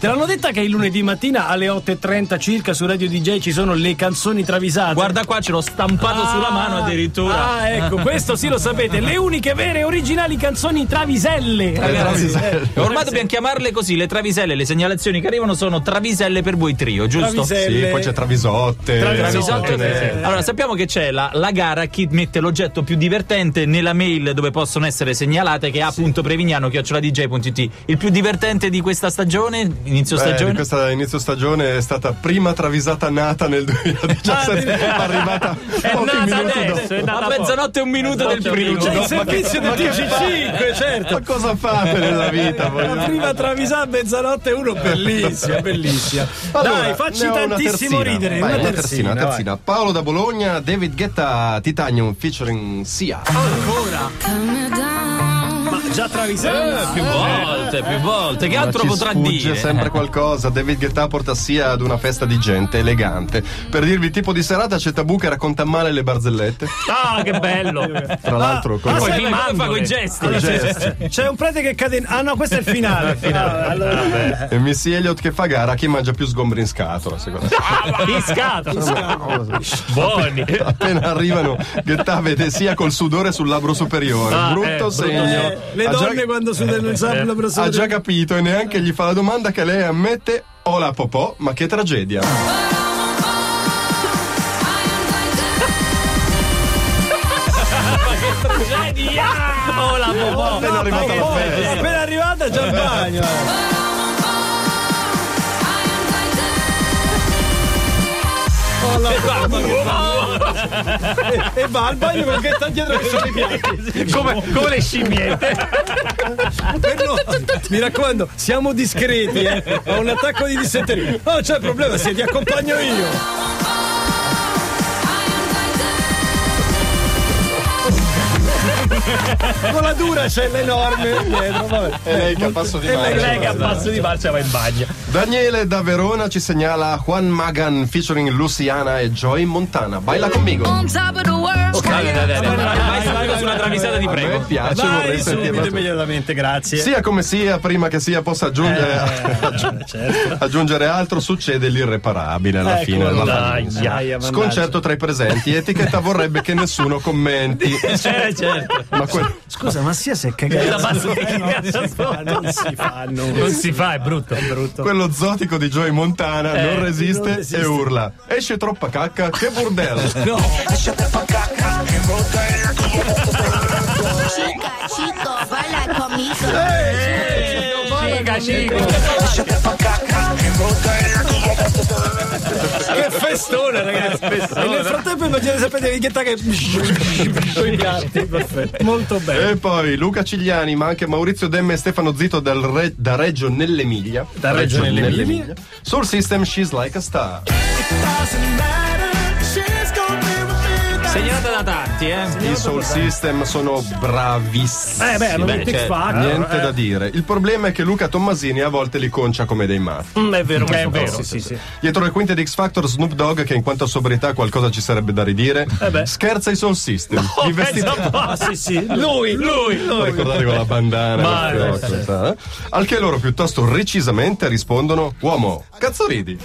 Te l'hanno detta che il lunedì mattina alle 8.30 circa su Radio DJ ci sono le canzoni travisate? Guarda qua, ce l'ho stampato Ah, sulla mano addirittura. Ah, ecco, questo sì lo sapete. Le uniche vere e originali canzoni traviselle. Ragazzi, Eh, eh, Traviselle. Ormai dobbiamo chiamarle così, le traviselle, le segnalazioni che arrivano sono traviselle per voi trio, giusto? Traviselle. Sì, poi c'è Travisotte. Travisotte. Traviselle. Allora, sappiamo che c'è la, la gara chi mette l'oggetto più divertente nella mail dove possono essere segnalate che è appunto prevignano@dj.it. Il più divertente di questa stagione, inizio Beh, stagione? di questa inizio stagione è stata prima travisata nata nel 2017, ma arrivata Ah, È pochi nata minuti adesso, dopo. è nata A poco. mezzanotte un minuto del C'è primo. il no, ma servizio che- del ma che TG5, certo. Ma cosa fate nella vita? voi? La prima travisata a mezzanotte uno bellissima, bellissima. Allora, Dai, facci ne ho una tantissimo terzina. ridere. Vai, una una terzina, terzina, una terzina. Paolo da Bologna, David Guetta, Titanium featuring Sia. vai. Ma già travisata? Ah, Più volte, più volte. Che altro Ci potrà sfugge dire? sempre qualcosa. David Guetta porta Sia ad una festa di gente elegante. Per dirvi il tipo di serata c'è Tabù che racconta male le barzellette. Ah, che bello. Tra l'altro, con ah, Poi sai- mi manda con i gesti. Allora, c'è, c'è un prete che cade in... Ah no, questo è il finale. Ah, allora- e Miss Elliot che fa gara chi mangia più sgombri in scatola, secondo me. Ah, Piscato. Buoni. Appena arrivano, Getta vede sia col sudore sul labbro superiore. Ah, eh, brutto brutto segno. Eh, le ha, donne già, quando sudano il sabbro ha già capito e neanche gli fa la domanda che lei ammette. Ho la popò, ma che tragedia. Oh, la popò. Appena arrivata la festa. Eh, appena arrivata già al bagno. Oh, la- e, e va al bagno con che sta dietro che sono i piatti. Come, come le scimmiette. Per noi- mi raccomando, siamo discreti. eh. Ho un attacco di dissenteria. Non c'è problema, se ti accompagno io. Con la dura c'è l'enorme dietro. Vabbè. E lei che ha passo di Eh, certo. marcia. passo di marcia va in bagno. Daniele da Verona ci segnala Juan Magan featuring Luciana e Joy Montana. Baila conmigo. on top of the world. Dai, dai, dai, dai. Vai subito sulla travisata, ti A me prego. piace, vorrei Vai sentirla. subito tutta. immediatamente, grazie. Sia come sia, prima che sia possa aggiungere, Certo. aggiungere altro, succede l'irreparabile Ecco, alla fine della fantasia. mannaggia. Sconcerto tra i presenti, etichetta vorrebbe che nessuno commenti. Eh, certo. Ma que- Scusa, Eh, ma sia se cagare. non si fanno. Non si fa, è brutto. quello zotico di Joy Montana non, resiste Eh, non resiste. e urla: Esce troppa cacca, che bordello! no. Cachito, baila conmigo. Che festone, ragazzi. E nel frattempo immaginate sapete la righetta che. con i piatti, perfetto. Molto bene. E poi Luca Cigliani, ma anche Maurizio Demme e Stefano Zito dal Re- da Reggio nell'Emilia. Da Reggio nell'Emilia. Soul System, She's Like a Star. Segnalata da tanti, eh. I Soul System sono bravissimi. Eh, beh, hanno eh. beh, detto X certo. Factor. Niente da dire. Il problema è che Luca Tommasini a volte li concia come dei matti. Mm, è vero, questo vero, Sì, sì, sì. Dietro le quinte di X Factor, Snoop Dogg, che in quanto a sobrietà qualcosa ci sarebbe da ridire, Eh beh. scherza i Soul System. I vestiti Ah, sì, sì. Lui, lui, lui. ricordati con la bandana. Ma- col fiocco, sa? eh? Al che loro piuttosto precisamente rispondono: Uomo, cazzo ridi?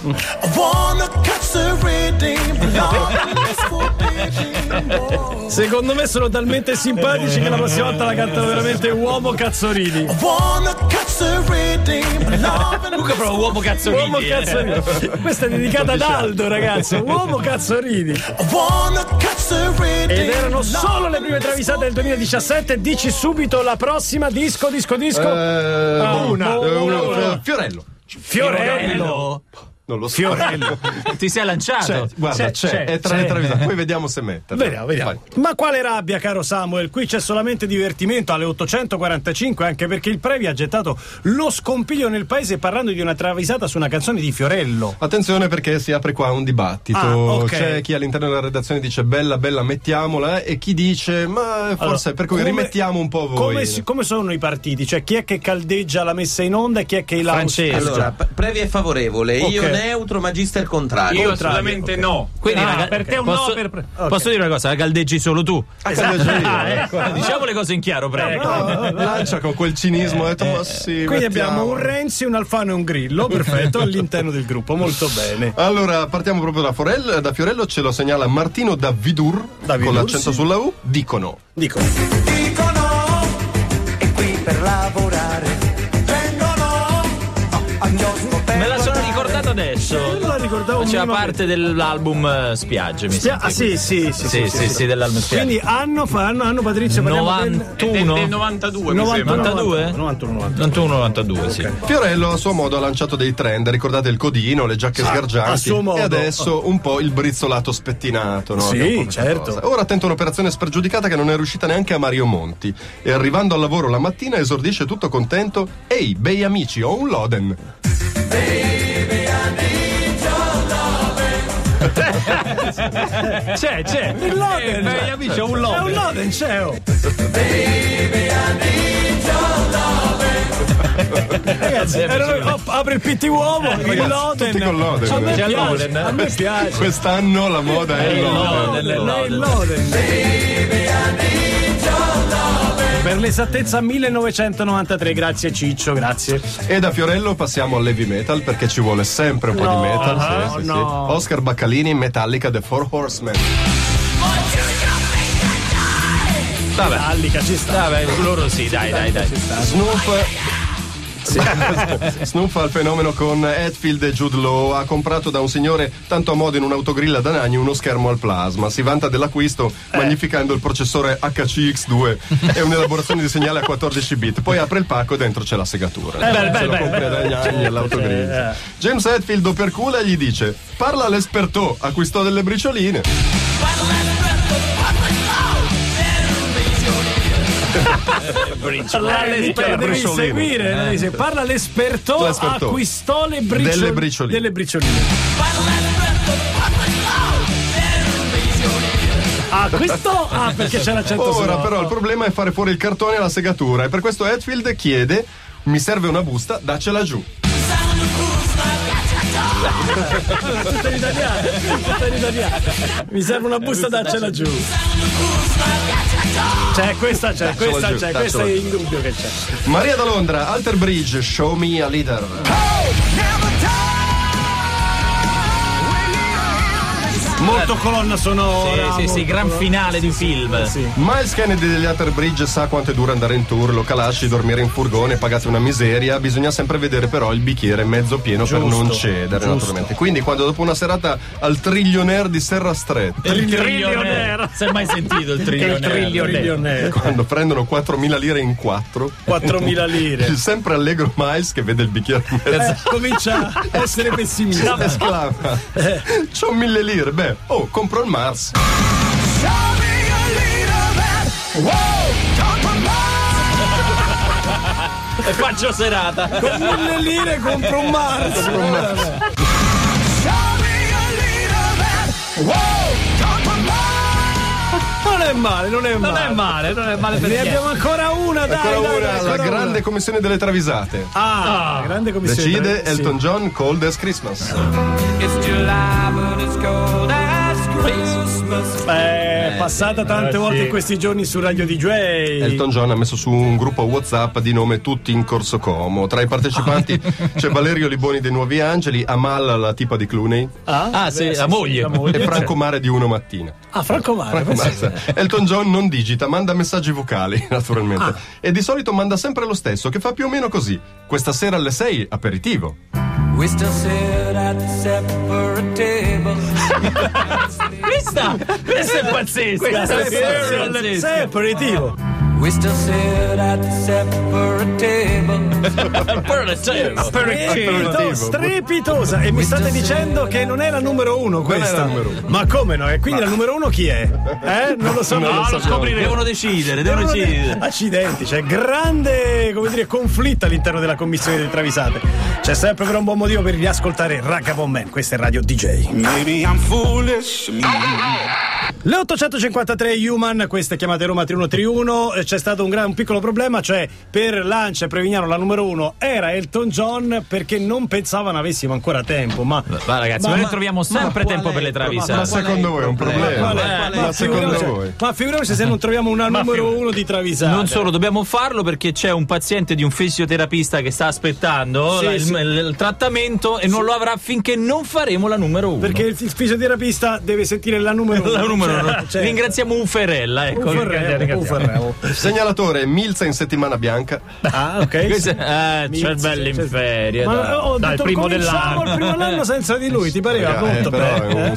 Secondo me sono talmente simpatici che la prossima volta la cantano veramente uomo cazzorini. Luca però uomo cazzolini. Uomo eh. cazzorini. Questa è dedicata ad Aldo, ragazzi. Uomo cazzorini. Ed erano solo le prime travisate del 2017. Dici subito la prossima disco, disco, disco. Ah, una, eh, una, una. eh, Fiorello. Fiorello. Non lo so. Fiorello. Ti sei lanciato. C'è, guarda, C'è, c'è, c'è, è tra c'è. Eh. le travisate. Poi vediamo se metterla. Vediamo, vediamo. Vai. Ma quale rabbia, caro Samuel? Qui c'è solamente divertimento alle 845, anche perché il Previ ha gettato lo scompiglio nel paese parlando di una travisata su una canzone di Fiorello. Attenzione perché si apre qua un dibattito. Ah, ok. C'è chi all'interno della redazione dice bella, bella, mettiamola e chi dice ma forse per cui Come- rimettiamo un po' voi. Come, si- come sono i partiti? Cioè, chi è che caldeggia la messa in onda e chi è che la. Francesco. Allora, p- Previ è favorevole, io Ok. neutro, magister contrario. Io assolutamente no. Quindi, Ah, raga- per te è un posso, no per pre- Ok. posso dire una cosa? La caldeggi solo tu. Ah, ecco. Diciamo le cose in chiaro, prego. Eh, Lancia con quel cinismo, ha detto ma sì. Eh, Quindi mettiamo." abbiamo un Renzi, un Alfano e un Grillo, perfetto, all'interno del gruppo, molto bene. Allora, partiamo proprio da, Forel, da Fiorello, ce lo segnala Martino da Vidur, Da Vidur, con l'accento sì. sulla U, dicono. Dico, dicono e qui per lavorare Ah, vengono a chiosco per Me la sono guardare. ricordata adesso. non la ricordavo un Faceva minimo- parte dell'album eh, Spiagge, mi Spia- sembra. ah, sì, sì, sì, sì, Sì, sì, sì. sì, sì, dell'album Spiagge. Quindi anno, fa, anno, anno Patrizio, parliamo del- 91 È del, del 92, mi sembra. 92? 91, 91. 91-92, sì. Fiorello a suo modo ha lanciato dei trend, ricordate il codino, le giacche sgargianti a suo modo. e adesso un po' il brizzolato spettinato. No? Sì, Che è un po' questa certo. cosa. Ora tenta un'operazione spregiudicata che non è riuscita neanche a Mario Monti e arrivando al lavoro la mattina esordisce tutto contento, ehi bei amici ho un Loden. C'è, c'è. Il Eh, Loden! beh, gli amici, ho un È logo. un Loden, c'è! oh. Ragazzi, erano- op- oh, apre il pitti uovo, il Loden. tutti con Loden. A me C'è il piace, Loden. a me piace. Quest'anno la moda è il Loden. Loden, il Lei il Loden. Eh, Loden. Per l'esattezza 1993, grazie Ciccio, grazie. E da Fiorello passiamo all'heavy metal perché ci vuole sempre un po' di metal. sì, sì, sì. Oscar Baccalini, Metallica The Four Horsemen. Metallica ci sta. Vabbè, loro sì, dai, dai, dai. Snoop. Snoop fa il fenomeno con Hetfield e Jude Law. Ha comprato da un signore, tanto a modo in un'autogrilla da Nani, uno schermo al plasma. Si vanta dell'acquisto Eh. magnificando il processore HCX2 e un'elaborazione di segnale a 14 bit. Poi apre il pacco e dentro c'è la segatura. Eh, beh, Se beh, lo beh, compra beh. eh. da Gnagni all'autogrilla. James Hetfield, dopo culo, gli dice: Parla all'esperto, acquistò delle bricioline. All'esperto devi briciolino. seguire, devi seguire. parla l'esperto, L'esperto. acquistò le briciol- Delle bricioline. delle bricioline. Ah, questo ah perché c'era l'accento Ora sonoro. però il problema è fare fuori il cartone alla segatura e per questo Hetfield chiede mi serve una busta, daccela giù. Tutto in italiano, tutto in italiano. Mi serve una busta daccela giù. C'è questa c'è, questa giù, c'è, daccela questa è giù. in dubbio che c'è. Maria da Londra, Alter Bridge, show me a leader. Molto colonna sonora. Sì, sì, sì, gran finale di film. Miles Kennedy degli Alter Bridge sa quanto è duro andare in tour, lo calasci, dormire in furgone, pagate una miseria, bisogna sempre vedere però il bicchiere mezzo pieno per non cedere naturalmente. Quindi quando dopo una serata al trillionaire di Serra Stretta, Il trillionaire. Non si è mai sentito il trillionaire. Trillionaire. quando prendono 4.000 lire in quattro, 4.000 lire. c'è sempre allegro Miles che vede il bicchiere in mezzo. Eh, comincia a essere pessimista. esclama Eh. c'ho mille lire beh oh compro il Mars E faccio serata. Con mille lire compro un Mars. Non è male, non è male. Non è male, non è male per Ne niente. abbiamo ancora una, dai, ancora dai, una dai, la ancora una. grande commissione delle travisate Ah, la grande commissione. decide Sì. Elton John Cold as Christmas Eh, passata tante volte in questi giorni su Radio DJ. Elton John ha messo su un gruppo Whatsapp di nome Tutti in Corso Como tra i partecipanti Ah. c'è Valerio Liboni dei Nuovi Angeli Amal la tipa di Clooney Ah, sì, la moglie. e Franco Mare di Uno Mattina Ah, Franco Mare. Basta. Elton John non digita, manda messaggi vocali, naturalmente. Ah. E di solito manda sempre lo stesso, che fa più o meno così. Questa sera alle 6, aperitivo. We still sit at the separate table. Questa, questa è pazzesca. Questa Sei sei aperitivo. We still sit at the separate table. Strepito- Strepitosa. E mi state dicendo che non è la numero uno questa. la numero uno. Ma come no? E quindi la numero uno chi è? Eh? Non lo so. non lo so. Devono decidere, devono decidere. Accidenti, c'è grande come dire, conflitto all'interno della commissione delle travisate. C'è sempre però un buon motivo per riascoltare Ragabon Man, questa è Radio DJ. Maybe I'm foolish. Le 853 Human, queste chiamate Roma 3131, eh, c'è stato un, gran- un piccolo problema, cioè per Lancia e Prevignano la numero uno era Elton John perché non pensavano avessimo ancora tempo, ma... Va ragazzi, Ma- noi ma- troviamo ma sempre tempo per le Ma travisate. secondo voi è un problema? qual è- Ma, qual è- secondo figuriamoci- voi? Ma figuriamoci se non troviamo una numero uno di travisate. Non solo, dobbiamo farlo perché c'è un paziente di un fisioterapista che sta aspettando Sì, la- il, sì. il- il trattamento e non lo avrà finché non faremo la numero uno. Perché il, il fisioterapista deve sentire la numero uno. la numero cioè- uno. cioè- Ringraziamo Ufferella, ecco. Un ferreo, un ferreo. Segnalatore, Milza in settimana bianca. Ah, ok. Questo- eh, Mills, cervello in cioè- ferie. dai. Ma ho Dai, detto, il primo cominciamo dell'anno. il primo dell'anno senza di lui, ti pareva Eh, molto però bene, è eh? un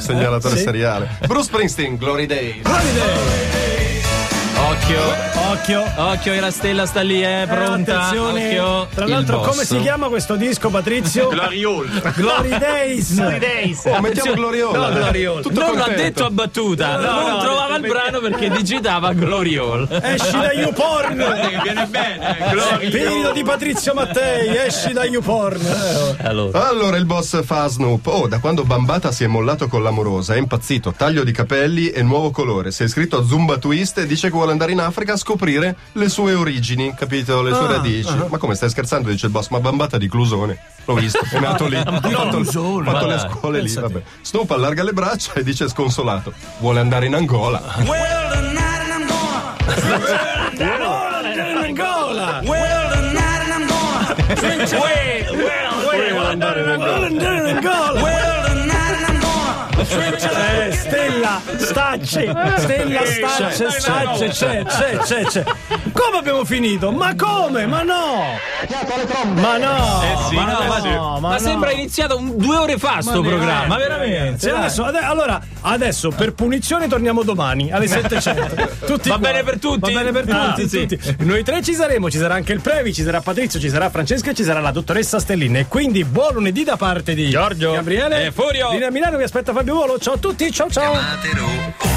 segnalatore Sì. seriale. Bruce Springsteen, Glory Days. Occhio. Occhio. Occhio che la stella sta lì, eh, Eh, pronta. attenzione. Occhio. Tra Il l'altro, boss. come si chiama questo disco, Patrizio? Glory Hall. Glory Days. Oh, mettiamo Gloriola. Tutto Non l'ha contento. detto a battuta, non trovava il brano perché digitava Gloriol. Esci da YouPorn. Che viene bene. eh, Glory Figlio Hall. di Patrizio Mattei, esci da YouPorn. Eh, Allora. Allora il boss fa a Snoop. Oh, da quando Bambata si è mollato con l'amorosa, è impazzito, taglio di capelli e nuovo colore. Si è iscritto a Zumba Twist e dice che vuole andare in Africa a scoprire le sue origini, capito? Le sue Ah, radici. Ma come stai scherzando? Dice il boss, ma Bambata di Clusone. L'ho visto, è nato lì. Ha fatto, ha fatto ma le dai, scuole lì, vabbè. Snoop allarga le braccia e dice sconsolato, vuole andare in Angola. Well, tonight and I'm gonna. Well, tonight and I'm gonna. Well, tonight and I'm gonna. Eh, stella, stacce, stella, stacce, stacce, c'è, c'è, c'è, c'è. Come abbiamo finito? Ma come? Ma no! Ma no! ma Eh no, ma, ma no. sembra iniziato un- due ore fa sto programma, veramente. Sì, adesso- ade- allora, adesso per punizione torniamo domani alle 700. Tutti Va qua. bene per tutti? Va bene per Ah, tutti, sì. tutti. Noi tre ci saremo, ci sarà anche il Previ, ci sarà Patrizio, ci sarà Francesca e ci sarà la dottoressa Stellini. E quindi buon lunedì da parte di Giorgio Gabriele e Furio. Linea Milano vi aspetta Fabio Volo. Ciao a tutti, ciao ciao. Chiamatelo